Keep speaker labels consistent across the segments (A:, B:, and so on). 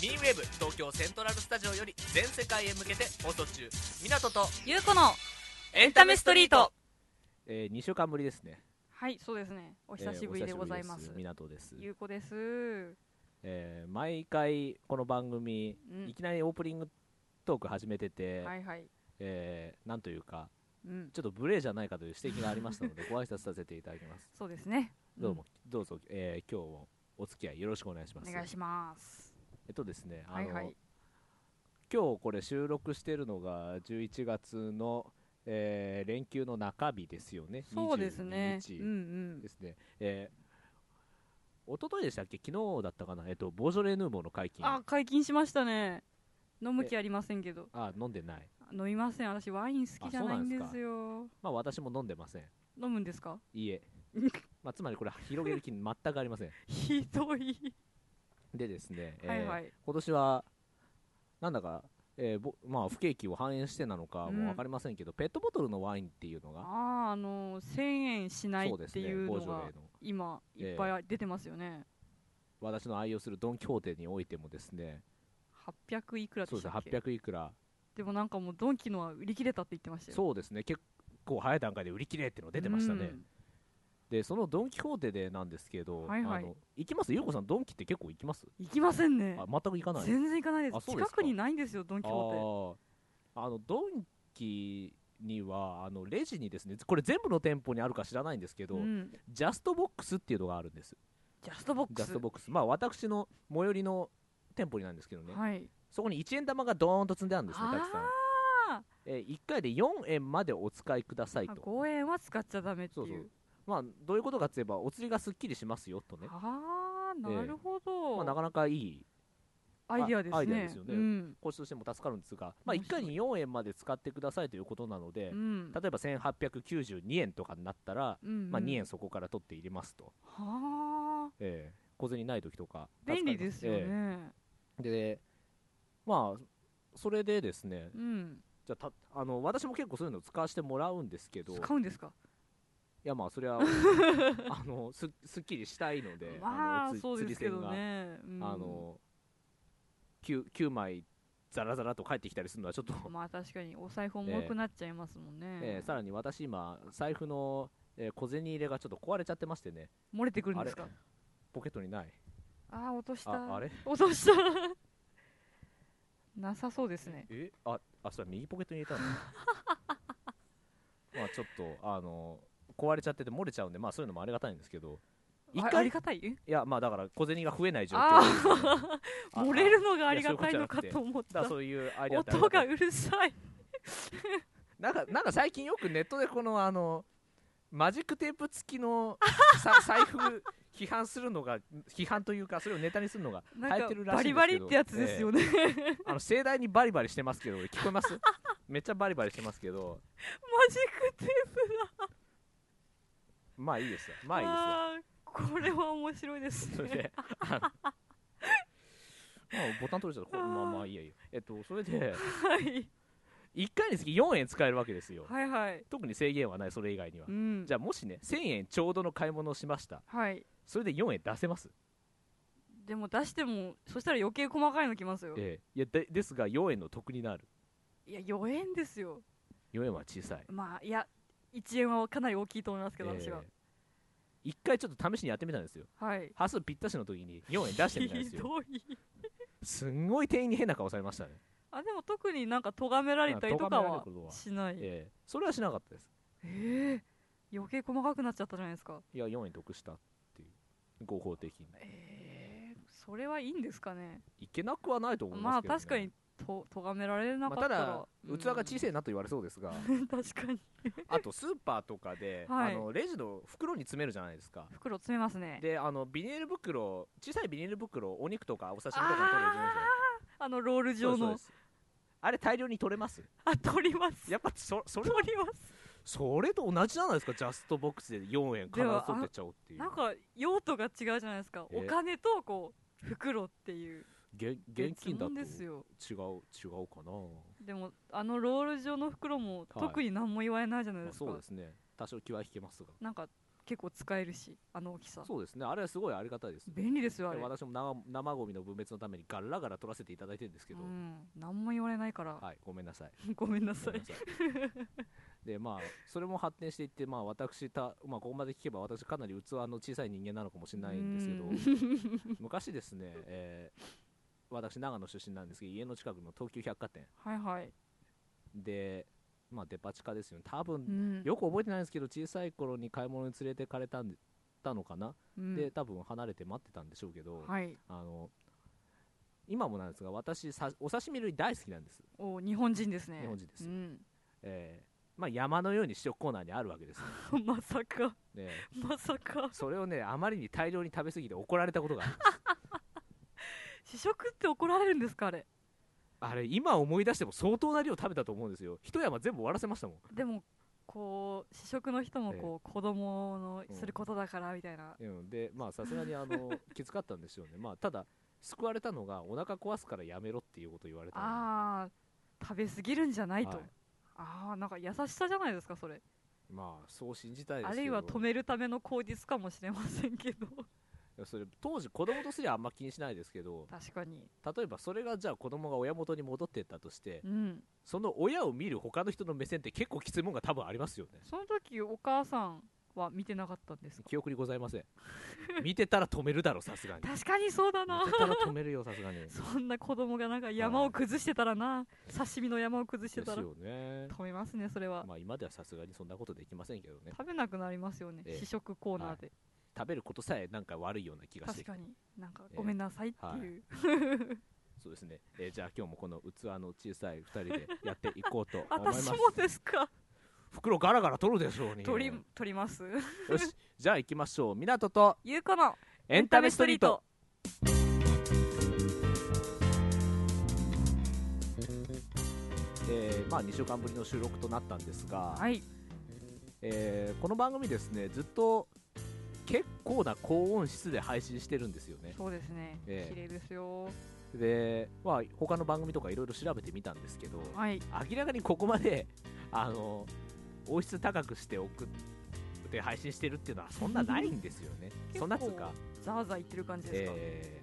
A: ミンウェブ東京セントラルスタジオより全世界へ向けて放送中港と
B: ゆうこの
A: エ
B: エンタメストリート
C: えー、2週間ぶりですね。
B: はいそうですねお久しぶりでございます
C: えーお久しぶりです港です。
B: ゆうこですうん
C: えー毎回この番組、いきなりオープニングトーク始めてて、
B: はいはい
C: えーなんというか、
B: うん
C: ちょっと無礼じゃないかという指摘がありました ので、ご挨拶させていただきます。
B: そうですね
C: どうも、どうぞ、えー今日もお付き合いよろしくお願いしま
B: うん
C: す。
B: お願いします
C: えっとですね、あ
B: は
C: の、
B: いはい
C: 今日これ収録してるのが11月の、えー連休の中日ですよね。
B: そうですね
C: 22日
B: うんうん
C: ですね。えー、一昨日でしたっけ昨日だったかなえっと、ボージョレ・ヌーボーの解禁。
B: あ解禁しましたね飲む気ありませんけど
C: あ飲んでない。
B: 飲みません私ワイン好きじゃないんですよ
C: まあ、私も飲んでません。
B: 飲むんですか
C: い いえ。まあ、つまりこれ、広げる気全くありません。
B: ひどい
C: でですね、えー
B: はいはい
C: 今年は、なんだか、えーぼまあ、不景気を反映してなのか
B: うん
C: も分かりませんけど、ペットボトルのワインっていうのが、
B: あああの1000円しない
C: そうで
B: っ
C: す
B: て
C: ね
B: いう、
C: ボー
B: の
C: ジョ
B: が
C: レーの
B: 今いっぱい出てますよね
C: 私の愛用するドン・キホーテにおいてもですね、
B: 800いくらで
C: そう
B: し
C: です
B: た
C: ね、
B: っけ
C: 800いくら、
B: でもなんかもうドンキのは売り切れたって言ってましたよ
C: そうですね、結構早い段階で売り切れっていうの出てましたね。
B: うん
C: でそのドン・キホーテでなんですけど、
B: はいはい
C: あの行きますゆうこさんドンキって結構行きます
B: 行きませんね
C: あ全く行かない
B: 全然行かないで
C: あ
B: す
C: そうですか
B: 近くにないんですよドン・キホ
C: あーあのドンキにはあのレジにですねこれ全部の店舗にあるか知らないんですけ
B: ーテ、
C: ど、
B: うん、
C: ジャストボックスっていうのがあるんです
B: ジャストボッ
C: ジ
B: ク
C: ャ
B: ス
C: ストボックスまあ私の最寄りの店舗になんですけどね、
B: はい
C: そこに1円玉がドーンと積んであるんですねたくさん
B: あ、
C: えー、1回で4円までお使いください
B: あ
C: と
B: 5円は使っちゃダメってい
C: そううそうまあどういうことかといえばお釣りがすっきりしますよとね
B: ああなるほど、
C: まあ、なかなかいい
B: アイディアですね
C: アイデアですよね
B: うん、
C: こっちとしても助かるんですが、まあ、
B: 面
C: 1
B: 白い
C: 回に4円まで使ってくださいということなので、
B: うん
C: 例えば1892円とかになったら、
B: うんうん
C: まあ、2円そこから取って入れますと、
B: はあ
C: ええ小銭ない時とか
B: 便利ですよね、
C: ええでまあそれでですね
B: うん
C: じゃあたあの私も結構そういうの使わせてもらうんですけどい
B: 使うんですか
C: やまあそ れはあのすすっきりしたいので、
B: まあ
C: のつ
B: そうですけど
C: 釣り
B: ね、う
C: 銭
B: ん
C: が、あの 9, 9枚ザラザラと返ってきたりするのはちょっと
B: まあ確かにお財布重くなっちゃいますもんね、
C: えーさらに私今財布の、えー小銭入れがちょっと壊れちゃってましてね
B: 漏れてくるんですか
C: ポケットにない
B: ああ落とした
C: ああれ
B: 落とした なさそうですね
C: えああそれ右ポケットに入れ たのまあちょっとあの壊れちゃってて漏れちゃうんでまあそういうのもありがたいんですけど一
B: ああ
C: 回
B: り
C: い
B: がたいえ
C: やまあだから小銭が増えない状 況ですねあ
B: 漏れる
C: あ
B: のがありがたいのかと思っ
C: だ
B: た
C: からそういうアイデアってあり
B: 音
C: がた
B: が
C: いう
B: るさい
C: なんかなんか最近よくネットでこのあのマジックテープ 付きのさ財布批判するのが批判というかそれをネタにするのが
B: なん
C: 流行っ
B: か
C: てるらし
B: バ
C: い
B: リバリっ
C: んですけど
B: てやつですよね、
C: あの盛大にバリバリしてますけど聞こえますめっちゃバリバリしてますけど
B: マジックテープ
C: まあいいですよまあいいですよ
B: あーこれは面白いです
C: それ
B: ね
C: で、あのまあボタン取れちゃった。こまあまあいいやいいや。えっと、それで、
B: はい
C: 1回につき4円使えるわけですよ。
B: はいはい
C: 特に制限はない、それ以外には
B: う。ん
C: じゃあ、もしね、1000円ちょうどの買い物をしました。
B: はい
C: それで4円出せます。
B: でも出してもそしたら余計細かいのきますよ
C: ええ。いやで、ですが、4円の得になる。
B: いや4円ですよ
C: 4円は小さい。
B: まあいや1円はかなり大きいと思いますけど私は、
C: 1回ちょっと試しにやってみたんですよ。
B: はい
C: 端数ぴったしの時に4円出してみたんです
B: ひ
C: よ。
B: どい
C: すんごい店員に変な顔されましたね。
B: あでも特になんか咎められたりとか
C: あ咎められる
B: は
C: ことは
B: しないえ
C: ええ。それはしなかったです。
B: え余計細かくなっちゃったじゃないですか
C: いや、4円得したっていう。合法的に。
B: ええそれはいいんですかね
C: いけなくはないと思い
B: ま
C: ます
B: あ
C: けど、ね。
B: 確かにと咎められな
C: ま
B: か
C: あ
B: ったたら、
C: だ、器が小
B: い、
C: さいなと言われそうですが
B: 確かに
C: あとスーパーとかで、
B: はい
C: あのレジの袋に詰めるじゃないですか
B: 袋詰めますね
C: であのビニール袋小さいビニール袋お肉とかお刺身とかに取れるじゃない
B: あのロール
C: ですか
B: 状
C: そう
B: の
C: ですそうですあれ大量に取れます
B: あ取ります
C: やっぱそそれ
B: 取ります
C: それと同じじゃないですかジャストボックスで4円必ず取ってっちゃおうっていう
B: なんか用途が違うじゃないですかお
C: え
B: 金とこう袋っていう
C: げ現金
B: 別
C: だと
B: 物ですよ
C: 違う違うかな、
B: でもあのロール状の袋も
C: はい
B: 特に何も言われないじゃない
C: まあ
B: ですか、
C: そうですね多少気は引けますが
B: なんか結構使えるしあの大きさ
C: そうですねあれはすごいありがたいです
B: 便利ですよあ
C: で
B: れ
C: 私も生生ゴミの分別のためにガラガラ取らせていただいてるんですけ
B: う
C: ど、
B: ん何も言われないから、
C: はいごめんなさい
B: ごめんなさ
C: ごめ
B: い
C: んなさいでまあそれも発展していってまあ私た、まあ、ここまで聞けば私かなり器の小さい人間なのかもしれないん ですけど昔ですね、えー私長野出身なんですけど家の近くの東急百貨店
B: はいはい、
C: でまあデパ地下ですよね多
B: う
C: 分
B: ん
C: よく覚えてないんですけど小さい頃に買い物に連れてかれたんでたのかな、
B: うん
C: で多分離れて待ってたんでしょうけど、
B: はい
C: あの今もなんですが私さお刺身類大好きなんです、
B: お日本人ですね
C: 日本人で
B: う
C: すよ
B: ん、
C: えーまあ、山のように試食コーナーにあるわけですよ、
B: まさか
C: で
B: まさか
C: それをねあまりに大量に食べ過ぎて怒られたこと がある
B: 試食って怒られるんですかあれ
C: あれ今思い出しても相当な量食べたと思うんですよ一山全部終わらせましたもん
B: でもこう試食の人も
C: ええ
B: こう子供の
C: うん
B: することだからみたいな、
C: うんでまあさすがにあ のきつかったんですよねまあただ救われたのがお腹壊すからやめろっていうことを言われたので
B: ああ食べ過ぎるんじゃないと、
C: はい
B: ああなんか優しさじゃないですかそれ
C: まあそう信じたいです
B: あ
C: けど
B: るいは止めるための口実かもしれませんけ ど
C: いやそれ当時子供とすりゃあんま気にしないですけど
B: 確かに
C: 例えばそれがじゃあ子供が親元に戻ってったとして
B: うん
C: その親を見る他の人の目線って結構きついもんが多分ありますよね
B: その時お母さんは見てなかったんですか
C: 記憶にございま せん見てたら止めるだろさすが に
B: 確かにそうだな
C: 見てたら止めるよさすがに
B: そんな子供がなんか山を崩してたらな、刺身の山を崩して
C: です
B: たら
C: よね
B: 止めますねそれは、
C: まあ今ではさすがにそんなことできませんけどね
B: 食べなくなりますよね、
C: ええ
B: 試食コーナーで、
C: 食べることさえなんか悪いような気がして
B: 確
C: きて
B: かになんか
C: ええ
B: ごめんなさいっていう、
C: そうですね、えーじゃあ今日もこの器の小さい2人でやっていこうと思いま す
B: 私もですか
C: 袋ガラガラ取るでしょうに
B: 取り取ります
C: よしじゃあ行きましょう港と
B: ゆうこの
C: エンタメストリートえーまあ、2週間ぶりの収録となったんですが、
B: はい
C: えーこの番組ですねずっと結構な高音質で配信してるんですよね
B: そうですね、
C: ええ
B: 綺麗ですよ
C: で、まあ、他の番組とかいろいろ調べてみたんですけど
B: はい
C: 明らかにここまであの音質高くして送って配信してるっていうのはそんなないんですよ ねそんなっつうか、
B: ザーザー言ってる感じですか、へ
C: え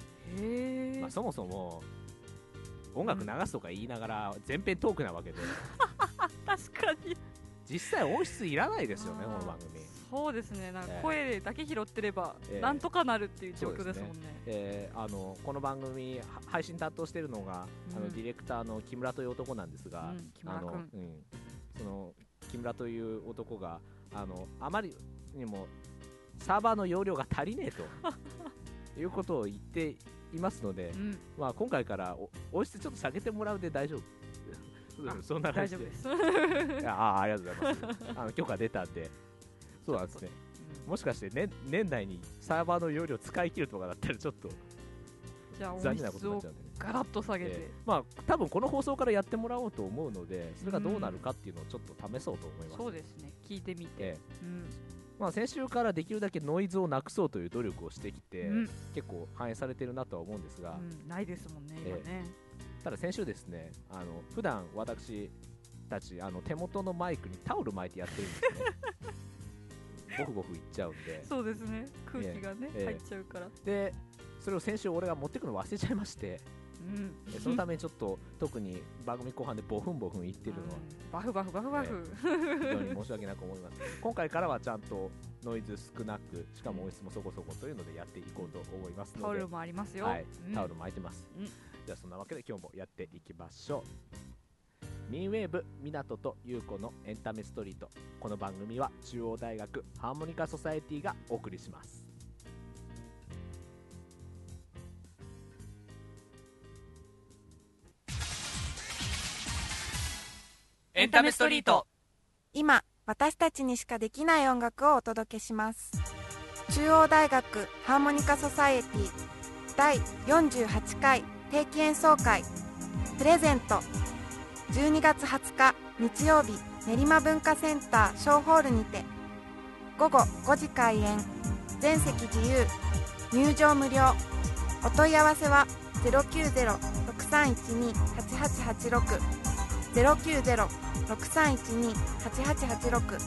B: え
C: ーまあ、そもそも音楽流すとか言いながら全編トークなわけで
B: 確かに
C: 実際音質いらないですよね
B: あ
C: こ
B: ー
C: の番組。
B: そうですねなんか
C: ええ
B: 声だけ拾ってれば、
C: ええ
B: なんとかなるっていう状況
C: そうで
B: ですす
C: ね
B: もんね
C: えーあのこの番組は配信担当してるのが、あ
B: う
C: の
B: ん
C: ディレクターの木村という男なんですが、
B: うん木
C: あ
B: 村
C: の
B: 君
C: うん、その木村という男があのあまりにもサーバーの容量が足りねえ ということを言っていますので
B: う、ん
C: まあ、今回からお音質ちょっと下げてもらうで大丈夫そう そんな感
B: 大
C: じ
B: 丈夫
C: で
B: です
C: ああありがとうございますあの許可出たんでそうなんですねもしかして、ね、年内にサーバーの容量使い切るとかだったらちょっと
B: じゃあ
C: 残
B: 音
C: 念なこと
B: 質
C: になっ
B: を
C: ちゃうんでね
B: ガラッと下げて、
C: えーまあ多分この放送からやってもらおうと思うのでそれがどうなるかっていうのをちょっと試そうと思います、
B: そうですね聞いてみて、
C: え
B: うん
C: えまあ、先週からできるだけノイズをなくそうという努力をしてきて、
B: うん
C: 結構反映されてるなとは思うんですが、
B: うんないですもんね
C: ええ
B: 今ね、
C: ただ先週ですねあの普段私たちあの手元のマイクにタオル巻いてやってるん ですねボフボフいっちゃうんで
B: そうですね空気がね、
C: ええ
B: 入っちゃうから、
C: でそれを先週俺が持ってくの忘れちゃいまして
B: うん
C: えそのためにちょっと特に番組後半でボフンボフン言ってるのは
B: うんバフバフバフバフ、
C: 非常に申し訳なく思います今回からはちゃんとノイズ少なくしかも音質もそこそこというのでやっていこうと思いますの で
B: タオルもありますよ、
C: はい
B: うん
C: タオル巻いてます、
B: うん
C: じゃあそんなわけで今日もやっていきましょうミンウェーブ港と優子のエンタメストリートこの番組は中央大学ハーモニカソサエティがお送りします
A: エンタメストリート
D: 今私たちにしかできない音楽をお届けします中央大学ハーモニカソサエティ第48回定期演奏会プレゼント12月20日日曜日練馬文化センター小ホールにて午後5時開演全席自由入場無料お問い合わせは090-6312-8886 090-6312-8886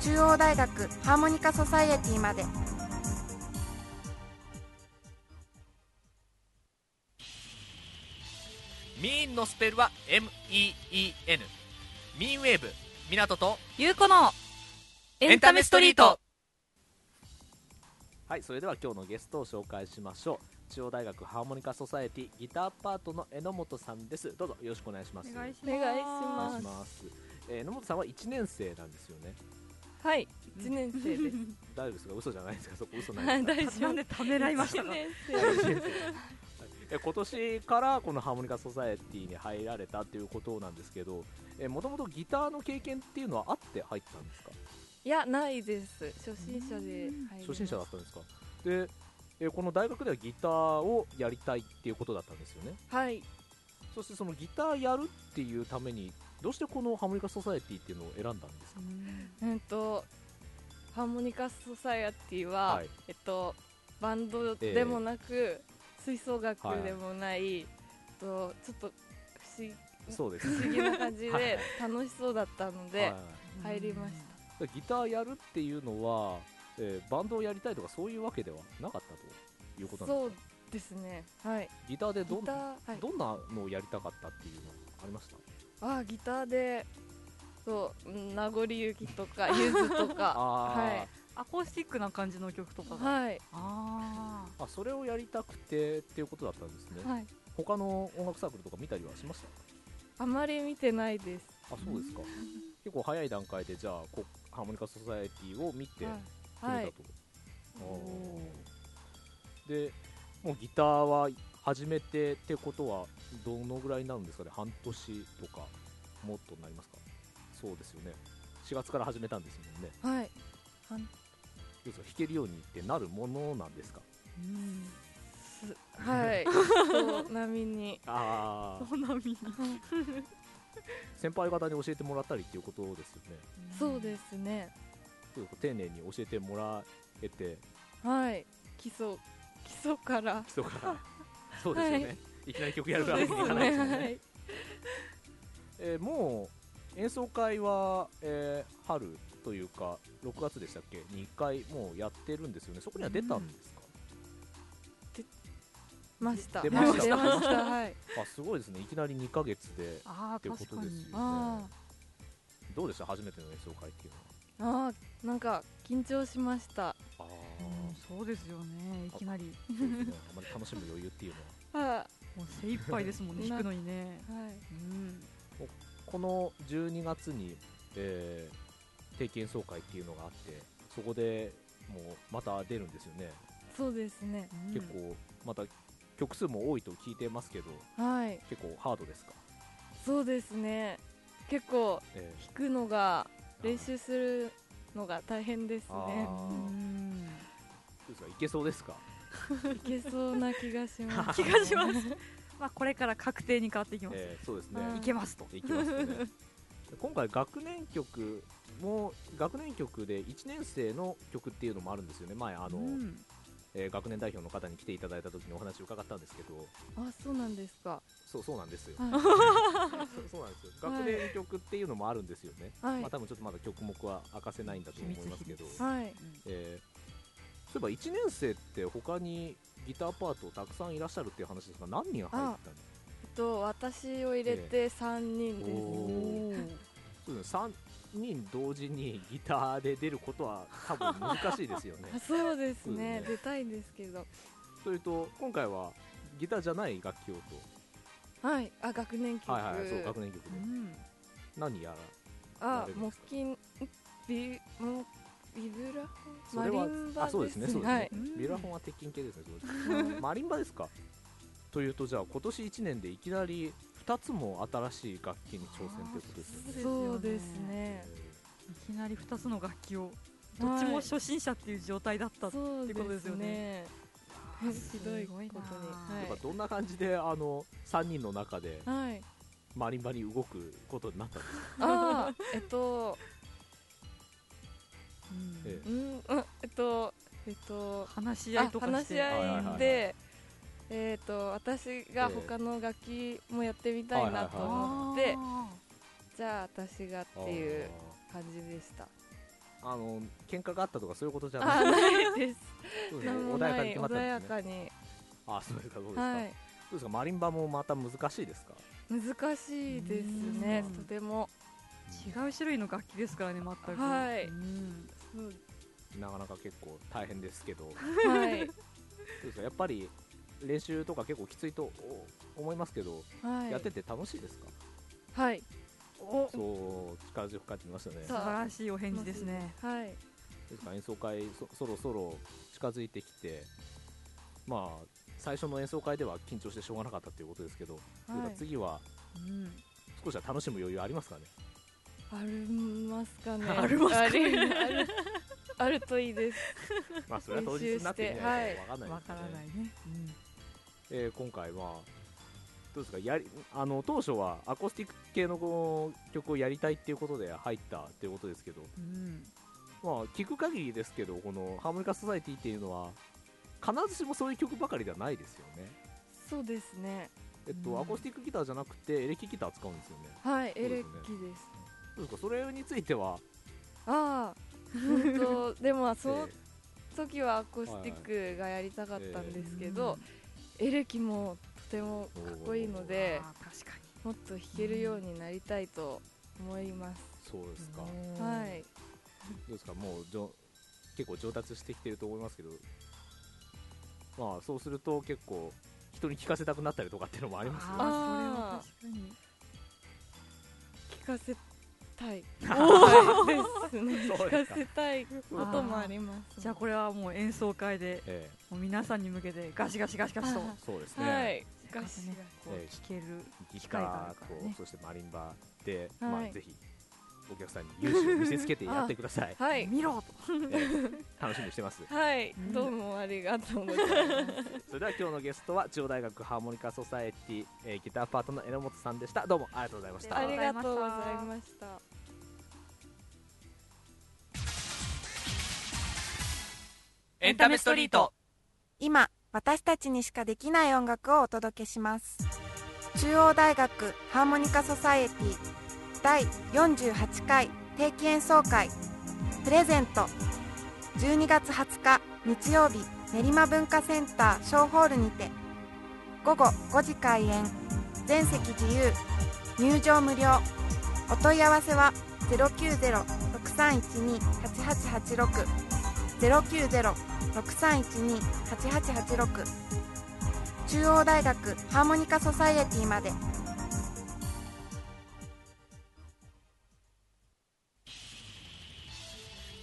D: 中央大学ハーモニカソサイエティまで
A: ミーンのスペルは MEEN ミーンウェーブ港と
B: ゆうこのエンタメストリート
C: はいそれでは今日のゲストを紹介しましょう中央大学ハーモニカソサエティギターパートの榎本さんですどうぞよろしくお願いします
B: お願いし
E: お願い
C: お
E: し
C: 願
B: ま
C: い
E: ま
B: し
C: しますえー榎本さんは1年生なんですよね
E: はい、一年生です。
C: 大丈夫ですか嘘じゃないですかそこ嘘ない
E: は
C: です
E: い、
C: か
B: なん
E: 大丈夫。
B: でためらいました
E: 一
B: か
C: は
E: 年
C: い
E: 生。
C: はいえ今年からこのハーモニカ・ソサエティに入られたということなんですけどもともとギターの経験っていうのはあって入ったんですか、
E: いや、ないです。初心者で入りました。
C: 初心者だったんですかでえこの大学ではギターをやりたいっていうことだったんですよね
E: はい、
C: そしてそのギターやるっていうためにどうしてこのハーモニカ・ソサエティっていうのを選んだんですか
E: うんと。ハーモニカソサイアティは、
C: はい
E: えっと、バンドでもなく、吹奏楽でもない。えっと、ちょっと不思議、
C: そうです
E: 不思議な感じ
C: はいはい
E: で、楽しそうだったの
C: は
E: で
C: い、
E: 入りまし
C: でギターやるっていうのは、えーバンドをやりたいとかそういうわけではなかったということ
E: た。
C: なんです
E: そうですね。はい、
C: かギターでど
E: ギ
C: ん
E: タ
C: な
E: ー、はい。
C: どんなのをやりたかったっていうのありました
E: あギターでそううん名残ゆきとか ゆずとか
C: あ
B: アコースティックな感じの曲とかが
E: はい
B: あ
C: ーあそれをやりたくてっていうことだったんですね、
E: はい
C: 他の音楽サークルとか見たりはしまし
E: あまり見てないです
C: たあそう ですか結構早い段階でじゃあこハーモニカ・ソサエティを見て決めたと、
E: はい、はい、
C: おーでもうギターは始めてってことはどのぐらいになるんですかね半年とかもっとになりますかそうですよね4月から始めたんですもんね
E: はい、
C: どうですか弾けるようにってなるものなんですか
E: す はい、人並みに
C: あ
B: あおなみ
C: 先輩方に教えてもらったりっていうことですよね
E: そうですね
C: というか丁寧に教えてもらえて
E: はい基礎基礎から
C: 基礎から そうですよね、、
E: はい
C: きなり曲やるわけにいかないですよね
E: はい
C: えーもう演奏会は、えー春というか6月でしたっけ2回もうやってるんですよねそこには出たんですか、
E: ました
C: 出ました
E: 出ましたはい
C: あすごいですねいきなり2ヶ月でっ
B: ああ
C: ていうこ
B: 確
C: と
B: か
C: です
B: に
C: よ
E: あ
C: ねどうでした初めての演奏会っていう
E: あーなんか緊張しました
C: のは
B: うん
C: あ
B: そうですよねいきなり
C: あ、そうですね、あまり楽しむ余裕っていうのは
E: は
B: もう精一杯ですも んね弾くのにね
E: い、はい、
B: うん
C: この12月に、えー定期演奏会っていうのがあってそこでもうまた出るんですよね、
E: そうですね
B: うん
C: 結構また曲数も多いと聞いてますけど
E: はい
C: 結構ハードですか、
E: そうですね結構
C: え
E: 弾くのが
C: ー
E: 練習するのが大変です
C: あ
E: ね
B: う
C: ー
B: ん
C: どうですかいけそうですか
E: いけそうな気がします
B: 気がします まあこれから確定に変わっていきます
C: えーそうですね、
E: はい
B: いけますと
C: いきますね 今回学年曲も学年曲で1年生の曲っていうのもあるんですよね前あの、
B: うん
C: えー学年代表の方に来ていただいた時にお話を伺ったんですけど
E: あそうなんですか
C: そうそうなんですよ
E: は
C: そうそうなんですよ
E: はい
C: 学年曲っていうのもあるんですよね、
E: い、
C: まあ
E: は
C: 多分ちょっとまだ曲目は明かせないんだと思いますけど
B: 秘密秘
E: い、はい、
C: えーそういえば1年生って他にギターパートたくさんいらっしゃるっていう話ですが何人入ったんですか
E: えっと私を入れて三人です、
C: おーそうですね3人同時にギターで出ることは多分難しいですよ ね
E: あそうですね
C: そうですね
E: 出たいんですけど
C: それと今回はギターじゃない楽器を
E: はいあ学年
C: と、
E: 曲、
C: はいはい、そう学年曲で
B: うん
C: 何やら
E: あ
C: やるんで
E: 木
C: すか
E: 琴んビもビブラ
C: そ
E: フォン
C: れは
E: マリン
C: あ
E: バ
C: そうですねそうですね、
E: はい
B: うん
C: ビラフォンは鉄筋系ですねそうですマリンバですかというとじゃあ今年1年でいきなり2つも新しい楽器に挑戦ということですよ ね
E: そうですね
B: いきなり2つの楽器をどっちも初心者っていう状態だった、
E: そう
B: ってことですよね
E: ですね
B: す
E: ひどいこ
B: ご
E: と
B: い
E: に
B: な
E: は
C: えー
E: い
C: やっぱどんな感じであの3人の中で
E: はい
C: マリンバに動くことになったんですか、
E: あ あえっと
B: うん
C: え
E: うんうんえっとえっと
B: 話し合
E: あ
B: いとかして
E: 話し
C: はいはいはいは
E: 合
C: い
E: いでえっと私が他の楽器もやってみたいなと
C: はいはいはい
E: 思
B: あー
E: ってじゃあ私がっていう感じでした
C: あの喧嘩があったとかそういうことじゃな
E: あ
C: い
E: ないです
C: そうですね
E: なん
C: 穏
E: もな
C: やかに
E: い
C: 決まったん
E: 穏
C: で
E: や
C: すね
E: かに
C: あそうですかどうですか、
E: はい
C: どうですかマリンバもまた難しいですか
E: 難しいですね
C: うん
E: とても
B: 違う種類の楽器ですからね全く
E: はい
B: うん
E: そう
C: なかなか結構大変ですけどどう
E: はい
C: ですかやっぱり練習とか結構きついとお思いますけど、
E: はい
C: やってて楽しいですか
E: はい
B: お素
C: そう力強く書いてみましたね
E: そう
B: 晴らしいお返事ですね
E: はい
C: ですから演奏会そそろそろ近づいてきてまあ最初の演奏会では緊張してしょうがなかったということですけど、どうですか次は
B: うん
C: 少しは楽しむ余裕あります かね
E: ありますかね
B: ありますかね
E: ありある あるといいです
C: まあそれは当日になってみないとわかんない
B: わ
C: です
B: か
C: よ
B: ら
C: ね、
B: ないね
C: えー今回はどうですかやりあの当初はアコースティック系のこう曲をやりたいっていうことで入ったっていうことですけど
B: うんうん
C: まあ聞く限りですけどこのハーモニカ・ソサイティっていうのは必ずしもそういう曲ばかりではないですよね
E: そうですね
C: えっと、
B: うん
C: アコースティックギターじゃなくてエレキギター使うんですよね
E: はい
C: です
E: エ
C: ね
E: レキです
C: どうですかそれについては、
E: ああうんとでもそ
C: え
E: の時はアコースティックがやりたかったんですけど、エレキもとてもかっこいいので
B: あー確か
E: もっと弾けるようになりたいと思います、
C: ーそうですか、ど
B: に
E: は
B: うん
E: い
C: うですかもうじょ結構上達してきてると思いますけどまあそうすると結構人に聞かせたくなったりとかっていうのもありますよね
B: あ
E: あ
B: ーそれは確かに
E: 聞かせ たいはいですね
C: そう
E: 聞
C: です
E: か
C: か
E: せたいこともあります
B: じゃあこれはもう演奏会で
C: え
B: もう皆さんに向けてガシガシガシガシと
E: あ
C: えそうですね、
E: はい
B: ガ
E: ガ
B: シ
E: シ
B: ガシこう
C: ええ
B: 聴ける
C: ギ
B: 機
C: タ
B: 会
C: ー
B: があるから
C: と
B: ね
C: そしてマリンバで、
E: はい、
C: まあ、ぜひお客さんに勇姿を見せつけてやってくだ さい
E: はい
B: 見ろと
C: ええ楽しみにして ます
E: はい
B: うん
E: どうもありがとうございます
C: それでは今日のゲストは中央大学ハーモニカソサエティ、えーギターパートの榎本さんでしたどうもありがとうございまし た
B: あ
E: あ
B: り
E: り
B: がと
E: がと
B: う
E: う
B: ご
E: ご
B: ざ
E: ざ
B: い
E: い
B: ま
E: ました
A: エンタメストリート
D: 今私たちにしかできない音楽をお届けします中央大学ハーモニカソサエティ第48回定期演奏会プレゼント12月20日日曜日練馬文化センターショーホールにて午後5時開演全席自由入場無料お問い合わせは090-6312-8886 090-6312-8886六三一二八八八六中央大学ハーモニカソサイエティまで。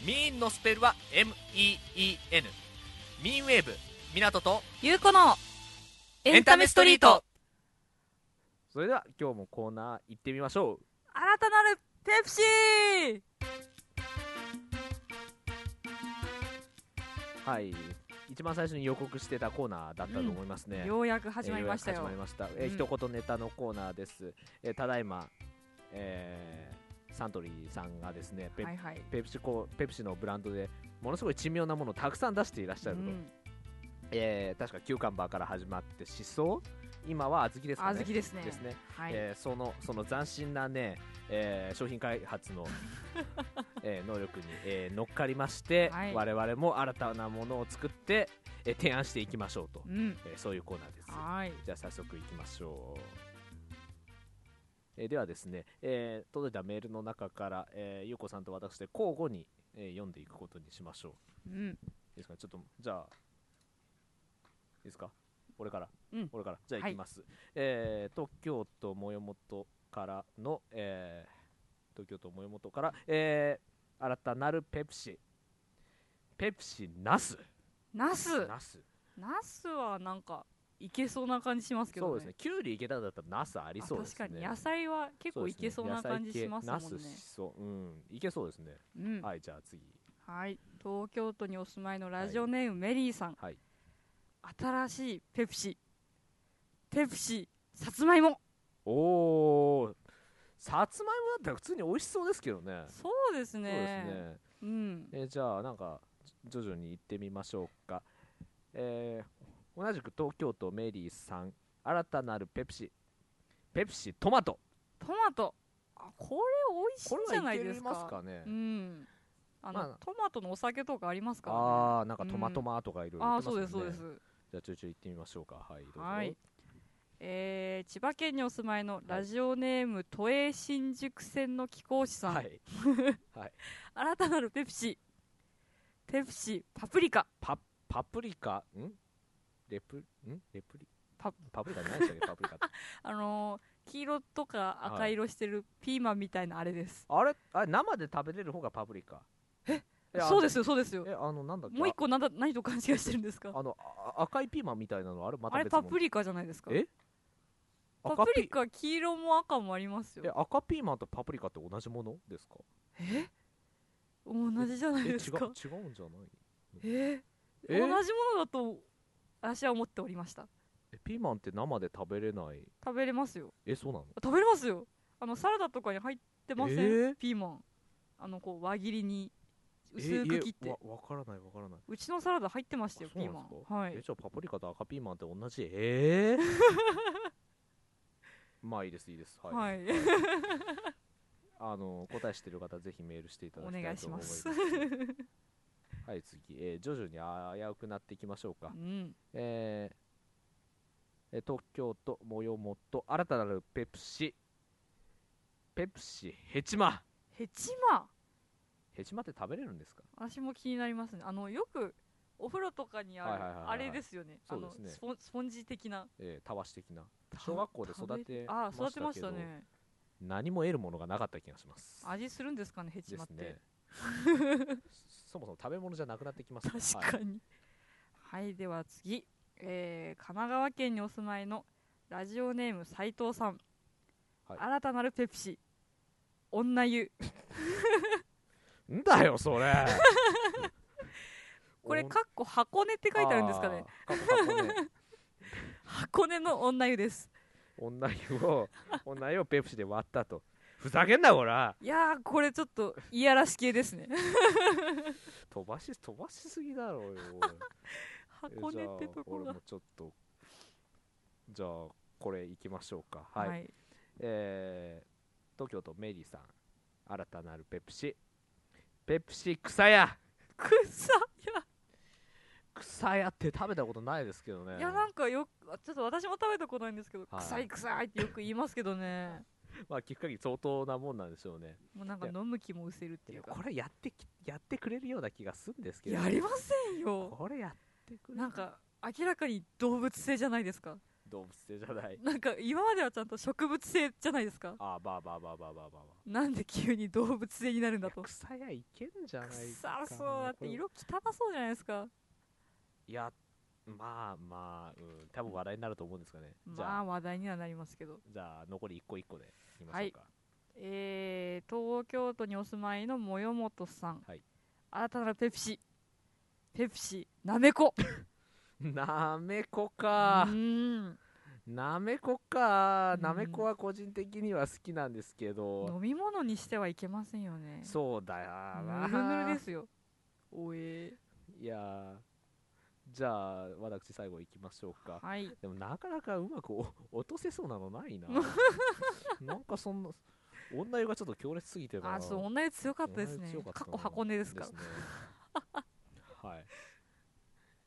A: ミーンのスペルは MEEN ミーンウェーブ港と
B: ゆうこの
A: エンタメストリート
C: それでは今日もコーナー行ってみましょう
B: 新たなるペプシー
C: はい一番最初に予告してたコーナーだったと思いますね、
B: ようやく始まりました
C: えー
B: よ
C: うやく始まりました、えー
B: うん
C: 一言ネタのコーナーです、えーただいま、えーサントリーさんがですねペ,、
B: はいはい
C: ペプシコペプシのブランドでものすごい珍妙なものをたくさん出していらっしゃると、
B: うん
C: えー確かキューカンバーから始まってしそ今は小豆ですか
B: あ
C: ね
B: ずきですね
C: ですね
B: はい
C: えーそのその斬新なね、えー商品開 発の、えー能力に、えー乗っかりまして、
B: はい
C: 我々も新たなものを作って、えー提案していきましょうと
B: う、ん
C: えーそういうコーナーです
B: はい
C: じゃあ早速いきましょう、えーではですね、えー届いたメールの中から、えーゆうこさんと私で交互に、えー読んでいくことにしましょう
B: うん
C: いいですかねちょっとじゃあいいですか俺から、
B: うん
C: 俺からじゃあ
B: はい
C: 行きます、えー東京都萌本からの、えー東京都萌本から、えー新たなるペプシペプシナス
B: ナス
C: ナス
B: ナスはなんかいけそうな感じしますけど
C: そう
B: ね
C: ですねキュウリいけたんだったらナスあり
B: あ
C: そうです
B: 確
C: ね
B: かに野菜は結構いけそうな感じしますもん
C: そう
B: ね
C: ですね野菜系ナスしそうんいけそうですね、
B: うん
C: はいじゃあ次
B: はい東京都にお住まいのラジオネームメリーさん
C: はい
B: 新しいペプシペプシさつまいも
C: おおさつまいもだったら普通に美味しそうですけどね
B: そうです
C: そう
B: ね
C: ですね
B: うん
C: えーじゃあなんかじ徐々に行ってみましょうか、えー同じく東京都メリーさん新たなるペプシペプシトマト
B: トマトあこれ美味しい
C: こ
B: んじ
C: れ
B: ゃ
C: は
B: ないい
C: け
B: ですか
C: ますかね
B: うんあの、
C: まあ
B: トマトのお酒とかありますからね
C: ああなんかトマトマとかいろいろ
B: ああ
C: 言ってま
B: そうです
C: す
B: そ
C: も
B: うんで
C: ね
B: す、
C: じゃあちょいちょい行ってみましょうかはいどうぞ
B: はいえー千葉県にお住まいのラジオネーム、都営新宿線の貴公子さん、
C: はい
B: 新たなるペプシペプシパプリカ
C: パパプリカんレプんレプリ
B: パ
C: パプリカ何で したっけパプリカって
B: あのー黄色とか赤色してるピーマンみたいなあれです、
C: あれあれ生で食べれる方がパプリカえ
B: そうですすよそうですよ
C: えあのなんだっけ
B: もう一個なんだ何と勘違いしてるんですか
C: あのあ赤いピーマンみたいなのあれまた
B: あれパプ
C: リ
B: リカじゃないですか
C: え
B: パプリカ黄色も赤もあります
C: え
B: よ
C: 赤ピーマンとパプリカって同じものですか
B: え同じじゃな
C: え
B: い
C: 違う違
B: ですか
C: うんじゃない
B: え同
C: え
B: じものだと私は思っておりました
C: えピーマンって生で食べれない
B: 食べれますよ
C: えそうなの
B: 食べれますよあのサラダとかに入ってません、
C: えー
B: ピーマンあのこう輪切りに
C: え
B: 薄く切っ
C: い
B: て
C: やわわからないわからないう
B: ちのサラダ入ってましたよ
C: あ
B: ピ
C: そ
B: ー
C: うな
B: マ
C: んです
B: ンは
C: え
B: い
C: じゃあパプリカと赤ピーマンって同じええ まあいいですいいですはい、
B: はい
C: あの答えしてる方ぜひメールしていただ
B: お
C: きた
B: 願
C: い
B: い
C: と
B: し
C: 思
B: ま
C: います
B: す
C: はい次、えー徐々に危うくなっていきましょうか
B: う、ん
C: えーえー東京都もよもと新たなるペプシペプシヘチマ
B: ヘチマ
C: ヘチマって食べれるんですか
B: 私も気になりますねあのよくお風呂とかにあ
C: はいはいはいはい
B: るあれですよねあの
C: そうですね
B: スポンスポンジ的な
C: えーたわし的な小学校で育て
B: あ
C: ま
B: ー育
C: してた
B: ま
C: け
B: し
C: ど
B: たね
C: 何も得るものがなかった気がします
B: 味するんですかねヘチ
C: で
B: マっ
C: す
B: て、
C: ね そもそも食べ物じゃなくなってきますね
B: 確か
C: はい
B: にはい、では次、えー神奈川県にお住まいのラジオネーム斉藤さん、
C: はい
B: 新たなるペプシ女湯
C: んだよ それ
B: これかっこ箱根って書いてあるんですかね
C: あー過去過去ね
B: 箱根の女湯です
C: 女湯を女湯をペプシで割ったとふざけんなこら
B: いやーこれちょっといやらし系 ですね
C: 飛ばし飛ばしすぎだろうよ
B: 箱根ってとこ
C: えじゃ
B: が
C: あ俺もちょっとじゃあこれいきましょうかはい、
B: はい
C: えー東京都メリーさん新たなるペプシペプシ草屋
B: 草や
C: 草屋って食べたことないですけどね
B: いやなんかよくちょっと私も食べたことないんですけど、
C: はい
B: 臭い臭いってよく言いますけどね
C: まあ聞く限り相当なもんなんでしょうね
B: もうなんか飲む気も失せるってい
C: いや
B: うか
C: これやってきやってくれるような気がするんですけど
B: やりませんよ
C: これやってくれ
B: なんか明らかに動物性じゃないですか
C: 動物性じゃない
B: なんか今まではちゃんと植物性じゃないですか
C: あーバーバーバーバーバーバーバー
B: なんで急に動物性になるんだと
C: 草屋いけんじゃないかな
B: 臭そうだっ
C: こ
B: て
C: れ
B: 色汚そうじゃないですか
C: いやまあまあ、うん、多分話題になると思うんですかね、じ
B: ま
C: ゃ
B: あ
C: あ
B: 話題にはなりますけど
C: じゃあ残り一個一個でいきましょうか、
B: えー、東京都にお住まいのもよもとさん、
C: はい
B: 新たなるペプシペプシなめ こ
C: なめこ
B: う
C: か
B: ーん
C: なめこか
B: うん
C: なめこは個人的には好きなんですけど、
B: 飲み物にしてはいけませんよね
C: そうだよな
B: ぬるぬるですよおえ
C: いやーじゃあ私最後いきましょうか
B: はい
C: でもなかなかうまくお 落とせそうなのな いななんかそんな女湯がちょっと強烈すぎてな
B: あそう女湯強かったです
C: 女
B: ね
C: 湯強かった
B: 過
C: な
B: 去箱根ですから
C: ねはい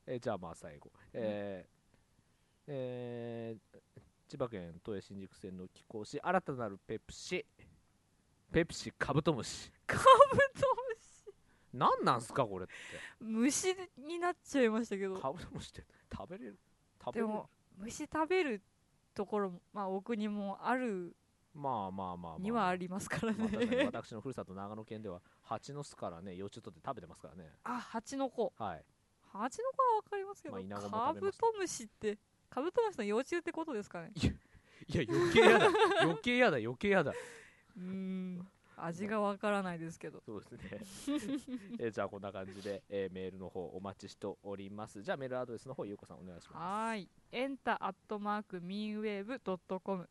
C: えじゃあまあ最後えーえー千葉県都営新宿線の貴公子新たなるペプシペプシカブトムシ
B: カブト
C: なんなんすかこれって
B: ムシ虫になっちゃいましたけど
C: カブトムシって食べれる食べ
B: で
C: れる
B: も虫食べるところもまあお国もある
C: まあまあまあまあ、まあ、
B: にはありますから
C: まあ確かに
B: ね
C: 私のふるさと長野県では蜂の巣からね幼虫取って食べてますからね
B: あ蜂の子
C: はい
B: 蜂の子はわかりますけど、
C: まあイナゴも
B: カ
C: 食べま
B: ブ
C: した
B: トムシってカブトムシの幼虫ってことですかね
C: いや余計やだ余計やだ余計やだ
B: うーん味がわからないですけど
C: そうですね えじゃあこんな感じで、えーメールの方お待ちしておりますじゃあメールアドレスの方ゆうこさんお願いします
B: はーいエンタアットマークミンウェーブドットコム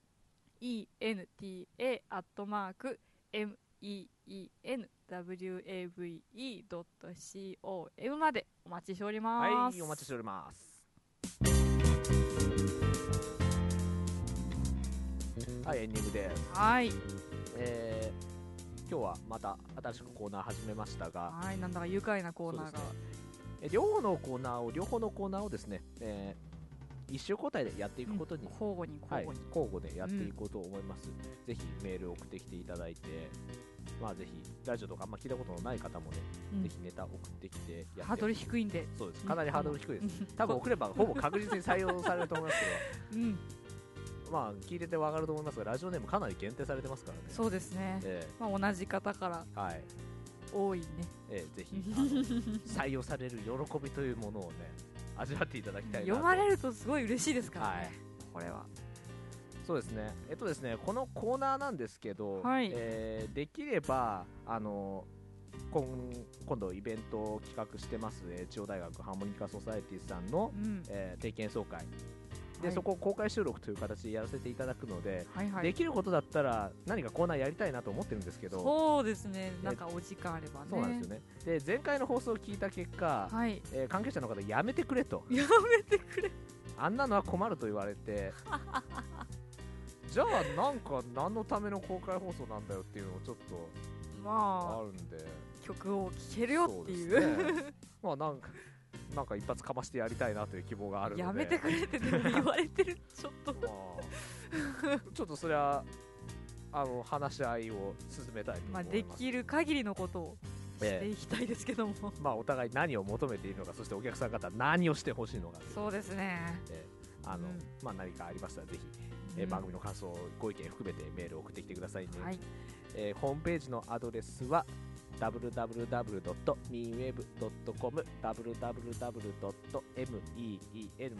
B: ENTA アットマーク MEENWAVE.com までお待ちしておりま
C: はい
B: す
C: お待ちしておりますはいエンディングです
B: はい
C: えー今日はまた新しくコーナー始めましたが、
B: はいなんだか愉快なコーナーが、
C: そうですねえ両方のコーナーを両方のコーナーをですね、えー一週交代でやっていくことに、
B: 交互に交
C: はい
B: 互に、、
C: 交互でやっていこうと思います、ぜひメール送ってきていただいてまあぜひラジオとかあんま聞いたことのない方もね、
B: うん
C: ぜひネタ送ってきてやって
B: ハードル低いんで、
C: そうです
B: うん
C: かなりハードル低いです、多分送ればほぼ確実に採用されると思います け
B: うん、
C: どまあ聞いててわかると思いますがラジオネームかなり限定されてますからね
B: そうですね、
C: え
B: まあ、同じ方から
C: えはい
B: 多いね
C: ええぜ ひあの採用される喜びというものをね味わっていただきたいなと
B: 読まれるとすごい嬉しいですからね、
C: はい
B: これは
C: そうですねえっとですねこのコーナーなんですけど、
B: はい
C: えーできればあの今今度イベントを企画してますえー千代大学ハーモニカソサエティさんの
B: う、ん
C: えー定期演奏会で、
B: はい
C: そこを公開収録という形でやらせていただくので、
B: はいはい
C: できることだったら何かコーナーやりたいなと思ってるんですけど
B: そうですねなんかお時間あればね
C: そうなんですよねで前回の放送を聞いた結果、
B: はい
C: えー関係者の方やめてくれと
B: やめてくれ
C: あんなのは困ると言われてじゃあなんか何のための公開放送なんだよっていうのもちょっとあ
B: ま
C: るんで
B: あ曲を聴けるよっていう
C: そうですねまあなんかなんか一発かましてやりたいなという希望があるの で
B: やめてくれってでも言われて るちょっと
C: まあちょっとそれはあの話し合いを進めたいと思い
B: ま
C: ま
B: あ
C: す、
B: できる限りのことをしていきたいですけども、
C: まあお互い何を求めているのかそしてお客さん方は何をしてほしいのか
B: そうですね
C: えーあの、
B: うん
C: まあ何かありましたらぜひ、えー
B: うん
C: 番組の感想ご意見含めてメールを送ってきてくださいね、
B: はい
C: えーホームページのアドレスは www.meanweb.com www.meen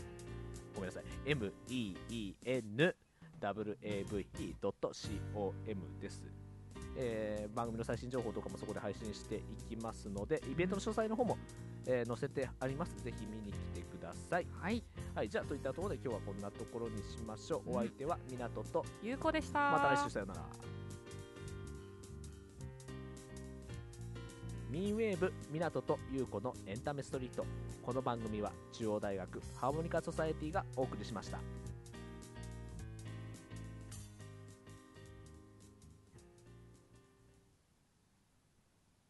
C: ごめんなさい meenwave.com です、えー番組の最新情報とかもそこで配信していきますのでイベントの詳細の方も、えー載せてありますぜひ見に来てください
B: はい
C: はいじゃあといったところで今日はこんなところにしましょう、お相手は港と
B: ゆうこでした
C: また来週さよなら。ミンウェーブ港と優子のエンタメストリートこの番組は中央大学ハーモニカソサエティがお送りしました